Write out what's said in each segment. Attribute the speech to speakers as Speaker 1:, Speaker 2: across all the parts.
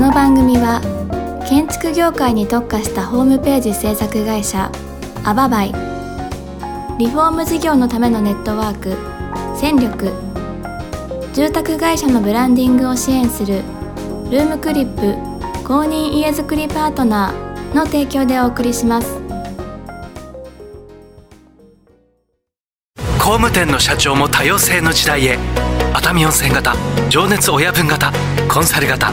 Speaker 1: の番組は建築業界に特化したホームページ制作会社アババイリフォーム事業のためのネットワーク戦力住宅会社のブランディングを支援するルームクリップ公認家づくりパートナーの提供でお送りします
Speaker 2: 工務店の社長も多様性の時代へ熱海温泉型情熱親分型コンサル型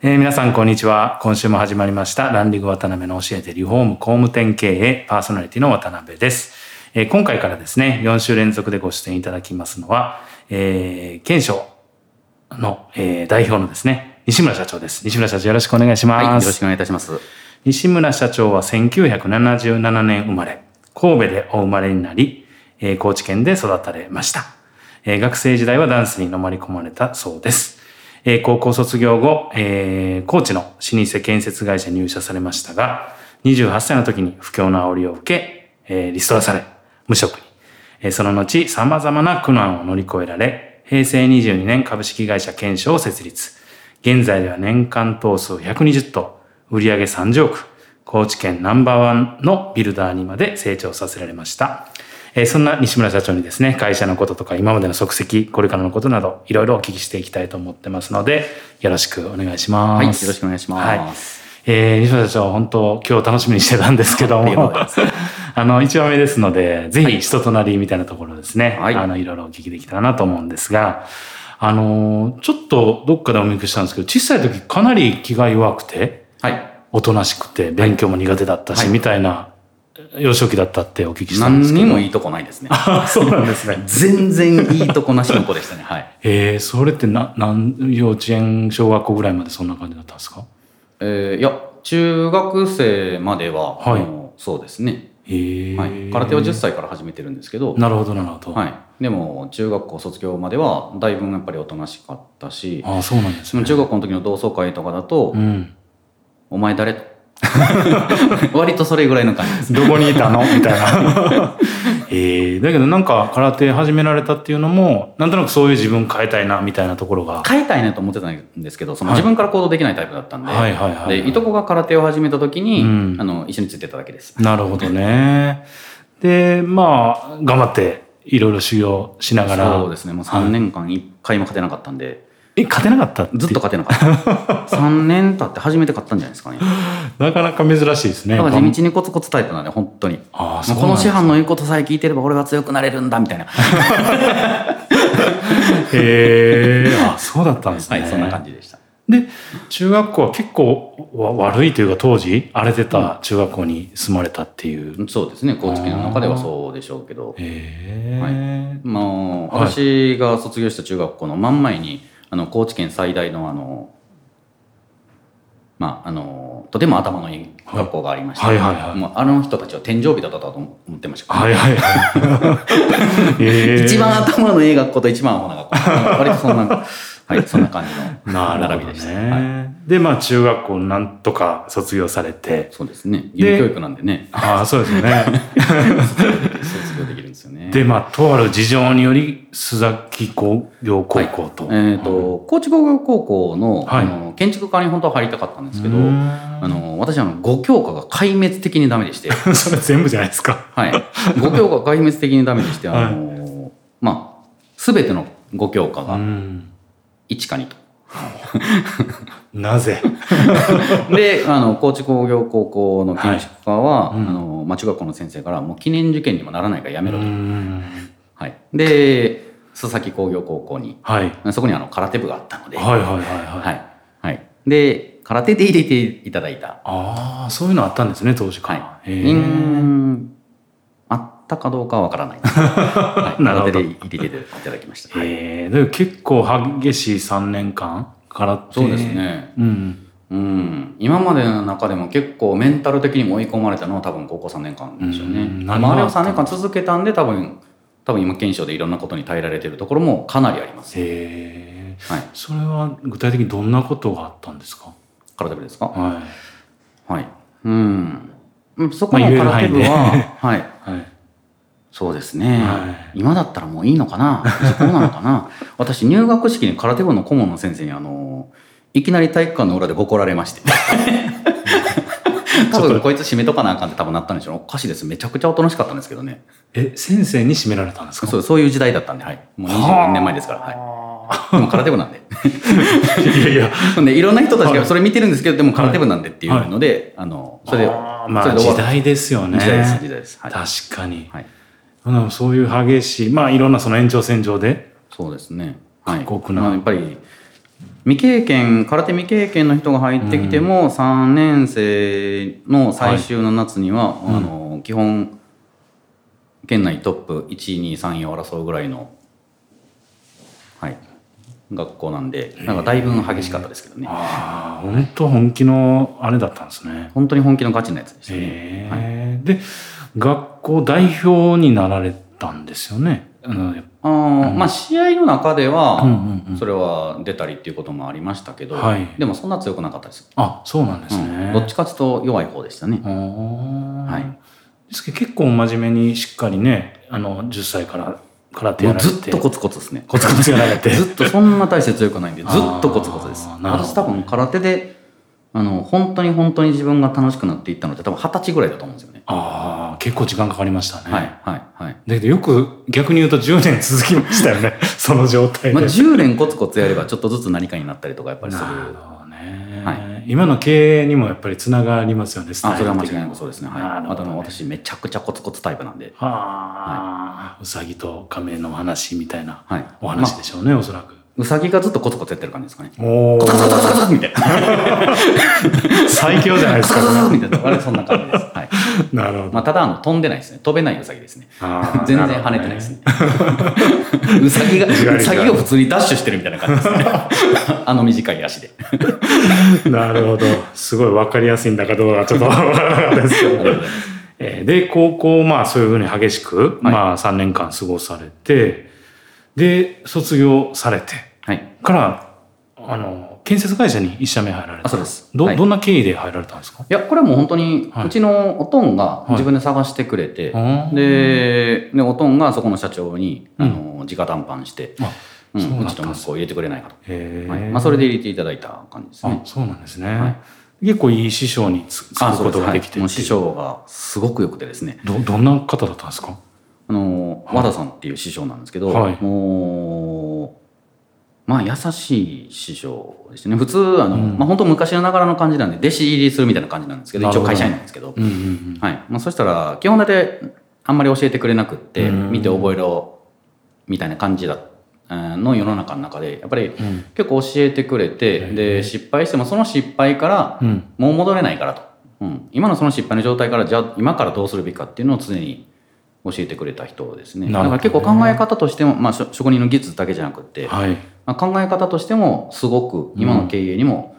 Speaker 3: えー皆さん、こんにちは。今週も始まりました。ランディング渡辺の教えてリフォーム工務店経営パーソナリティの渡辺です。えー今回からですね、4週連続でご出演いただきますのは、えー、検証の、えー代表のですね、西村社長です。西村社長、よろしくお願いします。
Speaker 4: はい、よろしくお願いいたします。
Speaker 3: 西村社長は1977年生まれ、神戸でお生まれになり、えー高知県で育たれました、えー学生時代はダンスにのまり込まれたそうです。えー高校卒業後、えー高知の老舗建設会社に入社されましたが、28歳の時に不況の煽りを受け、えーリストラされ、無職に。えーその後、様々な苦難を乗り越えられ、平成22年株式会社検証を設立。現在では年間頭数120頭、売上30億、高知県ナンバーワンのビルダーにまで成長させられました。えーそんな西村社長にですね、会社のこととか今までの足跡、これからのことなど、いろいろお聞きしていきたいと思ってますので、よろしくお願いします。
Speaker 4: はい、よろしくお願いし
Speaker 3: はい
Speaker 4: ます。
Speaker 3: えー、西村社長、本当、今日楽しみにしてたんですけど
Speaker 4: ありがとう
Speaker 3: も
Speaker 4: ございます、
Speaker 3: あの、一話目ですので、ぜひ人となりみたいなところですね、
Speaker 4: はい
Speaker 3: あの、いろいろお聞きできたらなと思うんですが、あのー、ちょっとどっかでお見受けしたんですけど、小さい時かなり気が弱くて、
Speaker 4: はい。
Speaker 3: おとなしくて、勉強も苦手だったし、
Speaker 4: はい
Speaker 3: みたいな幼少期だったってお聞きしたん
Speaker 4: 何
Speaker 3: ですけ
Speaker 4: に
Speaker 3: ど。
Speaker 4: もいいとこない ですね。
Speaker 3: あそうなんですね。
Speaker 4: 全然いいとこなしの子でしたね。はい。
Speaker 3: えー、それってな、なん、幼稚園、小学校ぐらいまでそんな感じだったんですか
Speaker 4: えーいや、中学生までは、
Speaker 3: はい
Speaker 4: あのそうですね、
Speaker 3: えー、
Speaker 4: はい。空手は10歳から始めてるんですけど、
Speaker 3: なるほど、なるほど。
Speaker 4: はい。でも、中学校卒業までは、だいぶやっぱりおとなしかったし、
Speaker 3: ああ、そうなんです
Speaker 4: その
Speaker 3: ね。
Speaker 4: 中学校の時の同窓会とかだと、
Speaker 3: うん。
Speaker 4: お前 誰と 割とそれぐらいの感じです。
Speaker 3: どこにいた のみたいな。えー、だけどなんか空手始められたっていうのも、なんとなくそういう自分変えたいな、みたいなところが。
Speaker 4: 変えたいなと思ってたんですけど、その
Speaker 3: はい
Speaker 4: 自分から行動できないタイプだったんで、
Speaker 3: はいはいはい。
Speaker 4: で、いとこが空手を始めた時に、
Speaker 3: うん
Speaker 4: あの、一緒についてただけです。
Speaker 3: なるほどね。で、まあ、頑張って、いろいろ修行しながら。
Speaker 4: そうですね、もう3年間1回も勝てなかったんで、
Speaker 3: え、勝てなかったって
Speaker 4: ずっと勝てなか った。3年経って初めて勝ったんじゃないですかね。
Speaker 3: なかなか珍しいですね。
Speaker 4: だから地道にコツコツ耐えてたんで、本当に。も
Speaker 3: ああ、
Speaker 4: う
Speaker 3: そう
Speaker 4: こ
Speaker 3: なん
Speaker 4: の
Speaker 3: だ
Speaker 4: 師範の言うことさえ聞いてれば俺は強くなれるんだみたいな。は
Speaker 3: へえ、あ、そうだったんですね。
Speaker 4: い、そんな感じでした。
Speaker 3: で、中学校は結構わ悪いというか、当時、荒れてた中学校に住まれたっていう。
Speaker 4: そうですね、高知県の中ではそうでしょうけど。
Speaker 3: へえ、
Speaker 4: まあ、
Speaker 3: はい
Speaker 4: 私が卒業した中学校の真ん前にあの高知県最大のあの、まあ、あのとても頭のいい学校がありまして、
Speaker 3: はいはいはいはい
Speaker 4: もうあの人たちは天井日だったと思ってました、
Speaker 3: はいはいはい。えー
Speaker 4: 一番頭のいい学校と一番アホな学校割とそん な、はい、そんな感じの
Speaker 3: なる
Speaker 4: 並
Speaker 3: ほ
Speaker 4: び
Speaker 3: ど
Speaker 4: でした、はい、
Speaker 3: ね。で、まあ中学校なんとか卒業されて、
Speaker 4: そうですね義
Speaker 3: で
Speaker 4: 務教育なんでね
Speaker 3: ああ、そうです ね。
Speaker 4: 卒業できるんですよね
Speaker 3: で、まあ、とある事情により、須崎工業高校と。
Speaker 4: えー、と高知工業高校の,、
Speaker 3: はい
Speaker 4: あの建築科に本当は入りたかったんですけど
Speaker 3: うーん
Speaker 4: あの私あの5教科が壊滅的にダメ でして、
Speaker 3: うんそれ全部じゃないですか。
Speaker 4: はい、5教科が壊滅的にダメでして、
Speaker 3: はい
Speaker 4: あのまあ全ての5教科
Speaker 3: う
Speaker 4: が
Speaker 3: ん。
Speaker 4: 1か2と
Speaker 3: なぜ
Speaker 4: で、あの、高知工業高校の建築科は、
Speaker 3: はいうん
Speaker 4: あの、まあ、中学校の先生から、もう記念受験にもならないからやめろ
Speaker 3: う
Speaker 4: と。
Speaker 3: ん
Speaker 4: はい。で、須崎工業高校に、
Speaker 3: はい。
Speaker 4: そこにあの、空手部があったので、
Speaker 3: はいはいはいはい。
Speaker 4: はい。はい。で、空手で入れていただいた。
Speaker 3: ああ、そういうのあったんですね、当時から。
Speaker 4: はい。
Speaker 3: へ
Speaker 4: う
Speaker 3: ー
Speaker 4: ーん。あったかどうかはわから ないです。はい。
Speaker 3: なるほ
Speaker 4: 空
Speaker 3: ど
Speaker 4: 手で入れていただきました。はい。
Speaker 3: えー、でも結構激しい3年間からって
Speaker 4: そうです。ね。
Speaker 3: うん。
Speaker 4: うん。今までの中でも結構メンタル的にも追い込まれたのは多分高校3年間ですよ
Speaker 3: う
Speaker 4: ね。
Speaker 3: ん
Speaker 4: まあ、あれを3年間続けたんで多分、多分今検証でいろんなことに耐えられてるところもかなりあります。
Speaker 3: えー、
Speaker 4: はい。
Speaker 3: それは具体的にどんなことがあったんですか
Speaker 4: 空手部ですか
Speaker 3: は
Speaker 4: はい。うん。うんそこの
Speaker 3: まあ言える
Speaker 4: 空
Speaker 3: 範
Speaker 4: 手
Speaker 3: 囲
Speaker 4: 部
Speaker 3: で
Speaker 4: は、は
Speaker 3: い。は
Speaker 4: い。
Speaker 3: い。
Speaker 4: そうですね、
Speaker 3: は
Speaker 4: 今だったらもういいのかな時効なのか な私入学式に空手部の顧問の先生にあのいきなり体育館の裏でボコられま して多分こいつ締めとかなあかんって多分なったんでしょうおかしいですめちゃくちゃおとなしかったんですけどね
Speaker 3: え、先生に締められたんですか
Speaker 4: そううそういう時代だったんではいもう24年前ですからはい
Speaker 3: は
Speaker 4: でも空手部なんで
Speaker 3: い。いやいや、
Speaker 4: ほんでいろんな人たち
Speaker 3: は
Speaker 4: が
Speaker 3: い
Speaker 4: それ見てるんですけどでも空手部なんでっていうので、あのそれで
Speaker 3: あーま
Speaker 4: そ
Speaker 3: あ
Speaker 4: れで終
Speaker 3: 時
Speaker 4: わる
Speaker 3: 代ですよね。
Speaker 4: 時代です時代ですはい、
Speaker 3: 確かに。
Speaker 4: はい、
Speaker 3: うんそういう激しい、まあいろんなその延長線上で。
Speaker 4: そうですね。はい。
Speaker 3: 過酷な
Speaker 4: まあやっぱり未経験空手未経験の人が入ってきても、3年生の最終の夏には、
Speaker 3: い
Speaker 4: あの基本県内トップ1位2位3位を争うぐらいの、はい、学校なんでなんかだいぶ激しかったですけどね
Speaker 3: ああ、本当本気のあれだったんですね。
Speaker 4: 本当に本気のガチなやつでしたね。
Speaker 3: へえ、で、学校代表になられたんですよね。あのやっ
Speaker 4: あーまあ試合の中では、
Speaker 3: ぱうんうんうん
Speaker 4: それは出たりっていうこともありましたけど、
Speaker 3: はい
Speaker 4: でもそんな強くなかったです
Speaker 3: あ、そうなんですね。
Speaker 4: うんどっちかっていうと弱い方でしたね。は
Speaker 3: はいですけど結構真面目にしっかりね、あの、10歳から空手
Speaker 4: も
Speaker 3: や
Speaker 4: う
Speaker 3: られて。
Speaker 4: ずっとコツコツですね。
Speaker 3: コツコツやられて。
Speaker 4: ずっとそんな大して強くないんで、ずっとコツコツです。
Speaker 3: あーなるほど
Speaker 4: 私多分空手で、あの、本当に本当に自分が楽しくなっていったのって多分二十歳ぐらいだと思うんですよね。
Speaker 3: ああ、結構時間かかりましたね。
Speaker 4: はい、はい、はい。
Speaker 3: だけどよく逆に言うと10年続きましたよね。 その状態で。
Speaker 4: まあ、10年コツコツやればちょっとずつ何かになったりとかやっぱりする。
Speaker 3: なるほどね、
Speaker 4: は
Speaker 3: 今の経営にもやっぱりつながりますよね、ス
Speaker 4: あ、
Speaker 3: タ
Speaker 4: そ
Speaker 3: イ
Speaker 4: れは
Speaker 3: ル
Speaker 4: 間
Speaker 3: 的
Speaker 4: 違い
Speaker 3: に
Speaker 4: な
Speaker 3: も
Speaker 4: くそうですね。はい。
Speaker 3: なるほ
Speaker 4: あ
Speaker 3: ど
Speaker 4: と
Speaker 3: ね
Speaker 4: の私めちゃくちゃコツコツタイプなんで。
Speaker 3: はあ、うさぎと亀の話みたいな
Speaker 4: はい。
Speaker 3: お話でしょうね、おそらく。
Speaker 4: うさぎがずっとコツコツやってる感じですかね。
Speaker 3: おお、
Speaker 4: コツコツコツみたいな。
Speaker 3: 最強じゃないです
Speaker 4: コツコツコ
Speaker 3: か。
Speaker 4: ツみたいな。あれそんな感じです。はい。
Speaker 3: なるほど。
Speaker 4: まあ、ただあの飛んでないですね。飛べないウサギですね。
Speaker 3: あー
Speaker 4: 全然跳ねてないですね。ウサギが、
Speaker 3: 違う違う
Speaker 4: ウサギを普通にダッシュしてるみたいな感じですね。 あの短い足で。
Speaker 3: なるほど。すごい分かりやすいんだかどうかちょ っとわからなかったですけど。えーで、高校、まあそういうふうに激しく、
Speaker 4: はい
Speaker 3: まあ3年間過ごされて、で、卒業されて
Speaker 4: はい。
Speaker 3: から、あの、建設会社に1社目入られ
Speaker 4: あ、
Speaker 3: た。
Speaker 4: そうです。
Speaker 3: ど、
Speaker 4: はい
Speaker 3: どんな経緯で入られたんですか
Speaker 4: いや、これはもう本当に、
Speaker 3: はいう
Speaker 4: ちのおとんが自分で探してくれて、
Speaker 3: あー
Speaker 4: で、で、おとんがそこの社長に、
Speaker 3: うん
Speaker 4: あの、直談判して、
Speaker 3: あ、
Speaker 4: うん
Speaker 3: そう
Speaker 4: う
Speaker 3: だっ
Speaker 4: ち
Speaker 3: た
Speaker 4: と
Speaker 3: んで
Speaker 4: 息
Speaker 3: す
Speaker 4: 子を入れてくれないかと。
Speaker 3: へー
Speaker 4: はいまあ、それで入れていただいた感じです
Speaker 3: あ
Speaker 4: ね。
Speaker 3: そうなんですね。
Speaker 4: は
Speaker 3: 結構いい師匠につつ
Speaker 4: あ、
Speaker 3: く
Speaker 4: そ
Speaker 3: こ
Speaker 4: うです
Speaker 3: とができてってう
Speaker 4: はいい、もう師匠がすごく良くてですね。
Speaker 3: ど、どんな方だったんですか
Speaker 4: あの、和田さんっていう師匠なんですけど、
Speaker 3: はい
Speaker 4: もう、まあ、優しい師匠ですね。普通、あの、
Speaker 3: うん
Speaker 4: まあ、本当昔ながらの感じなんで、弟子入りするみたいな感じなんですけど、
Speaker 3: な
Speaker 4: 一
Speaker 3: る
Speaker 4: 応
Speaker 3: ほど
Speaker 4: 会社員なんですけど、
Speaker 3: うんうんうん。
Speaker 4: はい。まあ、そしたら、基本だって、あんまり教えてくれなくって、
Speaker 3: うん
Speaker 4: 見て覚えろ、みたいな感じだ、うんの世の中の中で、やっぱり
Speaker 3: うん
Speaker 4: 結構教えてくれて、で、失敗しても、その失敗から
Speaker 3: う、ん。
Speaker 4: もう戻れないからと、うん、今のその失敗の状態からじゃあ今からどうするべきかっていうのを常に教えてくれた人ですね
Speaker 3: な
Speaker 4: だ
Speaker 3: るほど
Speaker 4: か
Speaker 3: ね
Speaker 4: ら結構考え方としても、まあ、しょ職人の技術だけじゃなくて、
Speaker 3: はい。
Speaker 4: まあ、考え方としてもすごく今の経営にも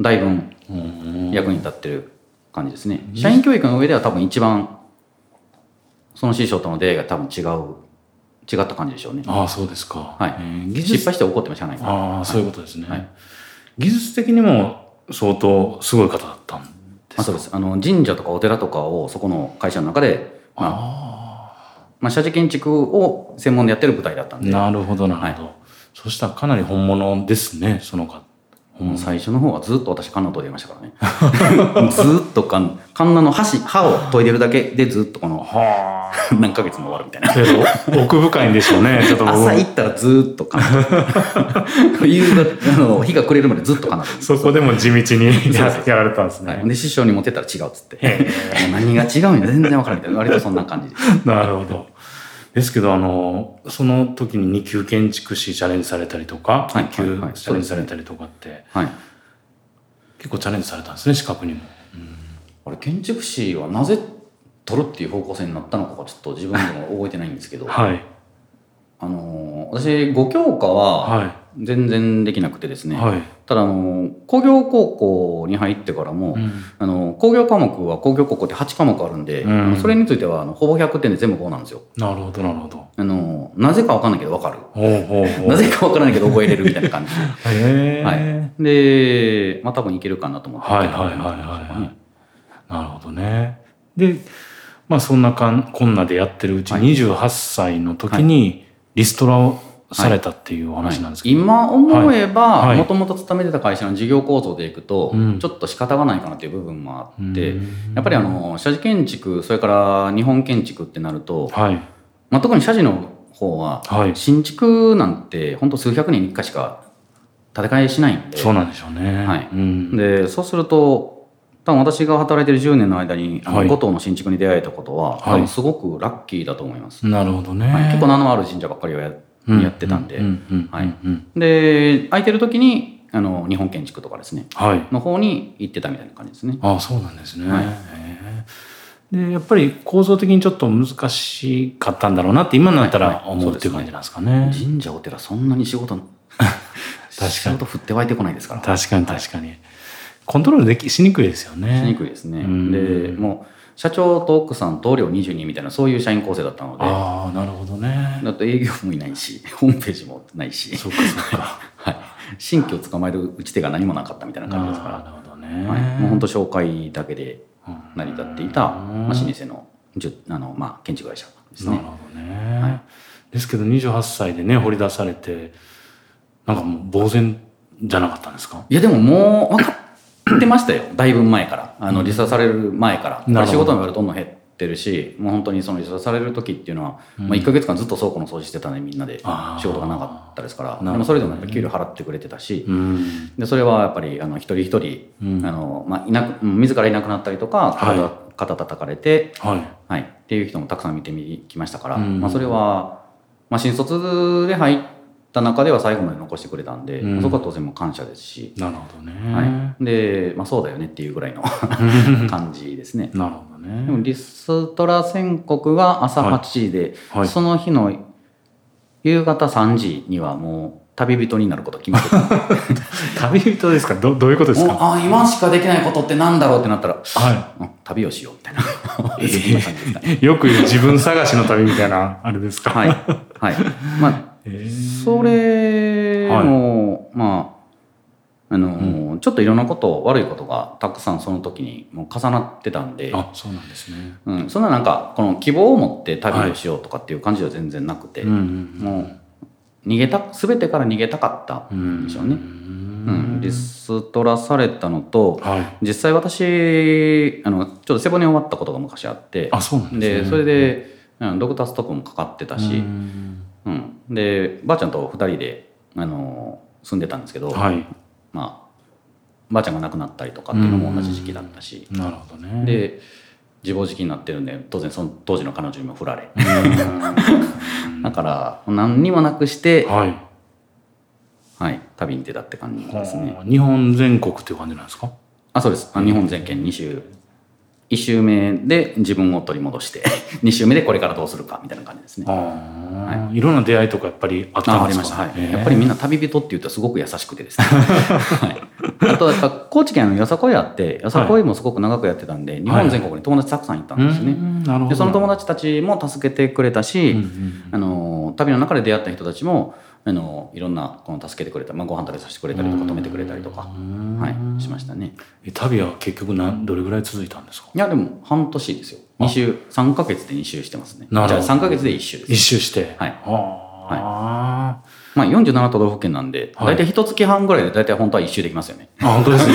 Speaker 4: だいぶん
Speaker 3: うん
Speaker 4: 役に立ってる感じですね、社員教育の上では多分一番その師匠との出会いが多分違う違った感じでしょうね、
Speaker 3: ああ、そうですか。
Speaker 4: はい
Speaker 3: えー技術
Speaker 4: 失敗して怒ってもしゃあないから
Speaker 3: ああ、そういうことですね。
Speaker 4: はい
Speaker 3: 技術的にも相当すごい方だったんですか
Speaker 4: あそうですあの神社とかお寺とかをそこの会社の中で、まあまあ、社寺建築を専門でやってる舞台だったんで
Speaker 3: なるほど、なるほど。そしたらかなり本物ですね、その方。
Speaker 4: もう最初の方はずっと私カンナ研いでましたからね ずっとカンカンナの箸歯を研いでるだけでずっとこの
Speaker 3: はあ。
Speaker 4: 何ヶ月も終わるみたいな
Speaker 3: けど奥深いんでしょう ね。ちょっと僕も
Speaker 4: 朝行ったらずっとカンナ 夕方あの日が暮れるまでずっとカンナ研いで
Speaker 3: そこでも地道にや
Speaker 4: そうそう
Speaker 3: やられたんです
Speaker 4: は
Speaker 3: ね
Speaker 4: い、。で師匠に持ってったら違うっつって
Speaker 3: へ
Speaker 4: もう何が違うんや全然わからんみたいな割とそんな感じで
Speaker 3: なるほど。ですけど、あの、その時に2級建築士チャレンジされたりとか、
Speaker 4: はい
Speaker 3: 一級
Speaker 4: はいはい
Speaker 3: チャレンジされたりとかって、
Speaker 4: はい
Speaker 3: 結構チャレンジされたんですね、資格にも。
Speaker 4: あれ建築士はなぜ取るっていう方向性になったのかがちょっと自分でも覚えてないんですけど、
Speaker 3: はい。
Speaker 4: あのー私5教科は
Speaker 3: は
Speaker 4: 全然できなくてです
Speaker 3: い。
Speaker 4: ね、
Speaker 3: はい。
Speaker 4: ただあのー工業高校に入ってからも、
Speaker 3: うん
Speaker 4: あのー工業科目は工業高校って8科目あるんで、
Speaker 3: うん
Speaker 4: あのそれについてはあのほぼ100点で全部5なんですよ。
Speaker 3: なるほど、なるほど。
Speaker 4: あのーなぜかわかんないけどわかる。
Speaker 3: ほうほうほう。
Speaker 4: なぜかわからないけど覚えれるみたいな感じで。
Speaker 3: へえ、
Speaker 4: は
Speaker 3: はい。
Speaker 4: い、で、まあ多分いけるかなと思って。
Speaker 3: はいはいはいはいはい。なるほどね。で、まあそんなかん、こんなでやってるうち、
Speaker 4: はい
Speaker 3: 28歳の時にリストラをされたっていうお話なんですけど。
Speaker 4: 今思え
Speaker 3: は
Speaker 4: ば
Speaker 3: い
Speaker 4: もともと勤めてた会社の事業構造でいくと、
Speaker 3: うん
Speaker 4: ちょっと仕方がないかなという部分もあって、
Speaker 3: うん
Speaker 4: やっぱりあの社寺建築それから日本建築ってなると、
Speaker 3: はい。
Speaker 4: まあ、特に社寺の方は
Speaker 3: はい。
Speaker 4: 新築なんて本当数百年に1回しか建て替えしないんで
Speaker 3: そうなんでしょうね。
Speaker 4: はい
Speaker 3: うん。
Speaker 4: でそうすると多分私が働いてる10年の間にあの
Speaker 3: はい
Speaker 4: 五島の新築に出会えたことは、
Speaker 3: はい
Speaker 4: 多分すごくラッキーだと思います。
Speaker 3: なるほどね。
Speaker 4: はい結構名のある神社ばっかりをや
Speaker 3: うん
Speaker 4: やってたんで、
Speaker 3: ううん
Speaker 4: はい
Speaker 3: うん
Speaker 4: で空いてる時にあの日本建築とかですね
Speaker 3: はい。
Speaker 4: の方に行ってたみたいな感じですね。
Speaker 3: ああ、そうなんですね。
Speaker 4: はい
Speaker 3: へえで、やっぱり構造的にちょっと難しかったんだろうなって今になった
Speaker 4: はい
Speaker 3: ら
Speaker 4: はい
Speaker 3: 思うっていう感じなんですかね。
Speaker 4: 神社お寺そんなに 仕事仕事振って湧いてこないですから
Speaker 3: 確かに確かに。コントロールできしにくいですよね。
Speaker 4: しにくいですね。
Speaker 3: うん
Speaker 4: でもう社長と奥さん同僚22みたいなそういう社員構成だったので
Speaker 3: ああ、なるほどね。
Speaker 4: だって営業もいないし ホームページもないし、
Speaker 3: そっかそっか。
Speaker 4: はい、新規を捕まえる打ち手が何もなかったみたいな感じです
Speaker 3: あー
Speaker 4: か
Speaker 3: なるほど
Speaker 4: ら、
Speaker 3: ね。
Speaker 4: はい、もう本当紹介だけで
Speaker 3: うん
Speaker 4: 成り立っていた、
Speaker 3: うん
Speaker 4: まあ、老舗のじゅあの、まあ、建築会社です
Speaker 3: なる
Speaker 4: ね。
Speaker 3: ほどね。ですけど28歳でね、掘り出されて、なんかもう呆然じゃなかったんですか
Speaker 4: いやでももう分かって ましたよだいぶ前からあのリサされる前か
Speaker 3: なるほ
Speaker 4: ら
Speaker 3: ど
Speaker 4: 仕事もやるとどんどん減ってるしもう本当にそのリサされる時っていうのは、まあ、1か月間ずっと倉庫の掃除してたねみんなで
Speaker 3: あー
Speaker 4: 仕事がなかったですから
Speaker 3: ほ
Speaker 4: で
Speaker 3: どね
Speaker 4: もそれでもやっぱ給料払ってくれてたし、
Speaker 3: うん。
Speaker 4: でそれはやっぱりあの一人一人、
Speaker 3: うん
Speaker 4: あのまあ、いなくうん自らいなくなったりとか肩,、
Speaker 3: は
Speaker 4: 肩叩かれて、
Speaker 3: はい。
Speaker 4: はい、っていう人もたくさん見てみきましたから、
Speaker 3: うん
Speaker 4: まあ、それは、まあ、新卒で入った中では最後まで残してくれたんで、
Speaker 3: うん
Speaker 4: そこは当然もう感謝ですし。
Speaker 3: なるほどね。
Speaker 4: はい、で、まあ、そうだよねっていうぐらいの 感じですね。
Speaker 3: なるほど
Speaker 4: でも
Speaker 3: ね。
Speaker 4: リストラ宣告が朝
Speaker 3: はい
Speaker 4: 8時で、
Speaker 3: はい
Speaker 4: その日の夕方3時にはもう旅人になること決まってたもう
Speaker 3: 旅人ですかどどういうこと ですか
Speaker 4: あ今しかできないことってなんだろうってなったら、
Speaker 3: は
Speaker 4: うん旅をしようみ たいなそんな感じですかね。
Speaker 3: い。よく言う自分探しの旅みたいな、 あれですか
Speaker 4: はい、
Speaker 3: い。
Speaker 4: はいまあ
Speaker 3: えー
Speaker 4: それも、まああのちょっといろんなこと悪いことがたくさんその時にもう重なってたんで
Speaker 3: あ、そうなんですね。
Speaker 4: うん、そんななんかこの希望を持って旅をしようとかっていう感じは全然なくて、
Speaker 3: うんうん
Speaker 4: もう逃げた全てから逃げたかった
Speaker 3: うんん。
Speaker 4: でしょう
Speaker 3: う、
Speaker 4: ねうん
Speaker 3: ん
Speaker 4: リストラされたのと
Speaker 3: はい。
Speaker 4: 実際私あのちょっと背骨終わったことが昔あって
Speaker 3: あ、そうなんですね。
Speaker 4: でそれで、うん、ドクターストップもかかってた
Speaker 3: う
Speaker 4: し、
Speaker 3: ん
Speaker 4: うんでばあちゃんと2人であの住んでたんですけど、
Speaker 3: はい。
Speaker 4: まあ、ばあちゃんが亡くなったりとかっていうのも同じ時期だったし、
Speaker 3: なるほどね。
Speaker 4: で自暴自棄になってるんで当然その当時の彼女にも振られ だから何にもなくして、
Speaker 3: はい。
Speaker 4: はい、旅に出たって感じですね
Speaker 3: あー日本全国っていう感じなんですか
Speaker 4: あそうですあ日本全県2周1周目で自分を取り戻して 2周目でこれからどうするかみたいな感じですね
Speaker 3: ああ、い、ろんな出会いとかやっぱりあった
Speaker 4: あ
Speaker 3: ん
Speaker 4: あ
Speaker 3: で
Speaker 4: り
Speaker 3: す
Speaker 4: ま
Speaker 3: か
Speaker 4: した、はい
Speaker 3: えー
Speaker 4: やっぱりみんな旅人って言うとすごく優しくてです ね、はい、あとやっぱ高知県のよさこいあってよさこいもすごく長くやってたんで、日本全国に友達たくさんいたんですね、
Speaker 3: うんなるほど。
Speaker 4: でその友達たちも助けてくれたし、
Speaker 3: うんうん
Speaker 4: あの旅の中で出会った人たちもあのいろんなこの助けてくれた、まあ、ご飯食べさせてくれたりとか止めてくれたりとか、
Speaker 3: うん
Speaker 4: はい、しましたね
Speaker 3: え旅は結局何どれぐらい続いたんですか
Speaker 4: いやでも半年ですよ
Speaker 3: あ
Speaker 4: 2週3か月で2週してますねじ
Speaker 3: なるほ
Speaker 4: ゃ
Speaker 3: ど
Speaker 4: あ3か月で1週です
Speaker 3: 一周して。
Speaker 4: はい
Speaker 3: ああ、
Speaker 4: まあ、47都道府県なんで、
Speaker 3: はい
Speaker 4: 大体一月半ぐらいで大体本当は一周できますよね。
Speaker 3: あ本当ですね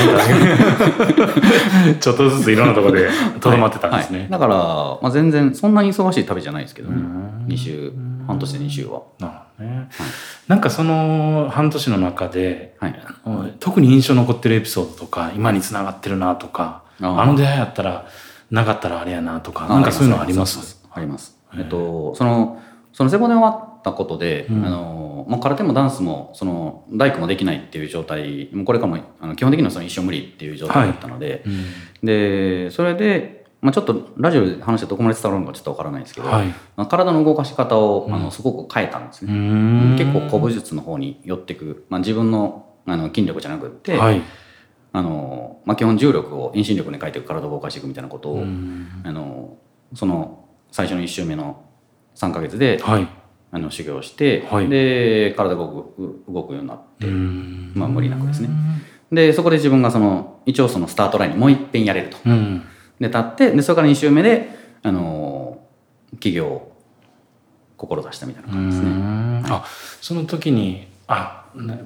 Speaker 3: 確かにちょっとずついろんなところでとどまってたんですね、
Speaker 4: はいだから、まあ、全然そんなに忙しい旅じゃないですけどね
Speaker 3: うん
Speaker 4: 2週半年で2週は。
Speaker 3: なるほどね、なんかその半年の中で
Speaker 4: はい、
Speaker 3: 特に印象残ってるエピソードとか今につながってるなとか
Speaker 4: あ
Speaker 3: あ
Speaker 4: ー
Speaker 3: の出会いあったらなかったらあれやなとかなんかそういうのあります
Speaker 4: あります。
Speaker 3: へえ
Speaker 4: えっと、その、その背骨終わったことで、
Speaker 3: うん
Speaker 4: あの、まあ、空手もダンスも、その、大工もできないっていう状態、もうこれからも、あの基本的にはその一生無理っていう状態だったので、
Speaker 3: うん
Speaker 4: で、それで、まあ、ちょっとラジオで話してどこまで伝わるのかちょっとわからないんですけど、
Speaker 3: はい
Speaker 4: まあ、体の動かし方を、あ
Speaker 3: うん
Speaker 4: の、すごく変えたんです
Speaker 3: う
Speaker 4: ね。
Speaker 3: ん
Speaker 4: 結構古武術の方に寄ってく、まあ、自分の、あの、筋力じゃなくって、
Speaker 3: はい
Speaker 4: あの、まあ、基本重力を遠心力に変えて体を動かしていくみたいなことを、
Speaker 3: うん
Speaker 4: あのその最初の1周目の3ヶ月で、
Speaker 3: はい
Speaker 4: あの修行して、
Speaker 3: はい
Speaker 4: で体が動く動くようになって、
Speaker 3: うん
Speaker 4: まあ無理なくですねでそこで自分がその一応そのスタートラインにもういっぺんやれると
Speaker 3: うん
Speaker 4: で立ってでそれから2周目であの企業を志したみたいな
Speaker 3: う
Speaker 4: 感じですね
Speaker 3: んあその時にあな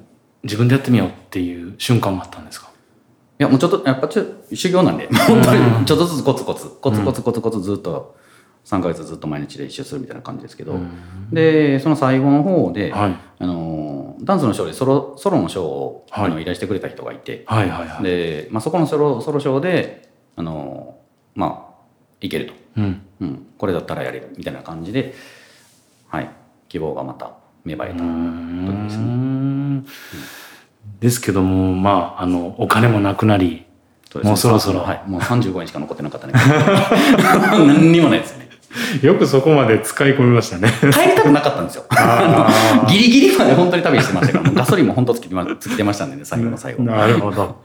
Speaker 3: 自分でやってみようっていう瞬間があったんですか
Speaker 4: いやもうちょっとやっぱちょ修行なんで本当にちょっとずつコツコツコツコツコツコツずっと3ヶ月ずっと毎日練習するみたいな感じですけど、
Speaker 3: うん
Speaker 4: でその最後の方で、
Speaker 3: はい
Speaker 4: あのダンスのショーでソロソロのショーを、
Speaker 3: はい
Speaker 4: あの依頼してくれた人がいて、
Speaker 3: はいはいはい
Speaker 4: でまあ、そこのソロソロショーであの、まあ、いけると、
Speaker 3: うん
Speaker 4: うん、これだったらやれるみたいな感じで、はい、希望がまた芽生えた
Speaker 3: うー
Speaker 4: 時ですね。
Speaker 3: んですけども、まあ、あの、お金もなくなり、
Speaker 4: うですね
Speaker 3: もうそろそろ
Speaker 4: はい、もう35円しか残ってなかったね。 何にもないですね。
Speaker 3: よくそこまで使い込みましたね。
Speaker 4: 帰りたくなかったんですよ。あの ギリギリまで本当に旅してましたから、もうガソリンも本当つけてまつけてましたんでね、最後の最後。
Speaker 3: なるほど。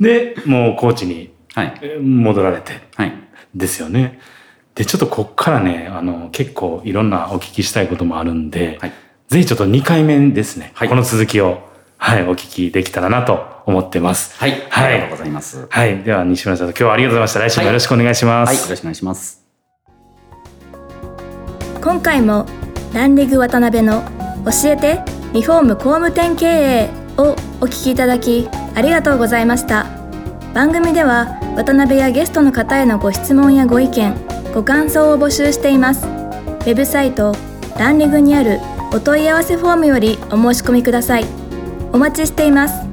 Speaker 3: で、もう高知に
Speaker 4: はい。
Speaker 3: え戻られて、
Speaker 4: はい。
Speaker 3: ですよね。で、ちょっとこっからね、あの、結構いろんなお聞きしたいこともあるんで、
Speaker 4: はい
Speaker 3: ぜひちょっと2回目ですね、
Speaker 4: はい
Speaker 3: この続きを、はい、お聞きできたらなと思ってます。
Speaker 4: はい。
Speaker 3: はい
Speaker 4: ありがとうございます。はい。
Speaker 3: はい。では、西村さん、今日はありがとうございました。来週もよろしくお願いします。
Speaker 4: よろしくお願いします。
Speaker 1: 今回もランディング渡辺の教えてリフォーム工務店経営をお聞きいただきありがとうございました番組では渡辺やゲストの方へのご質問やご意見ご感想を募集していますウェブサイトランディングにあるお問い合わせフォームよりお申し込みくださいお待ちしています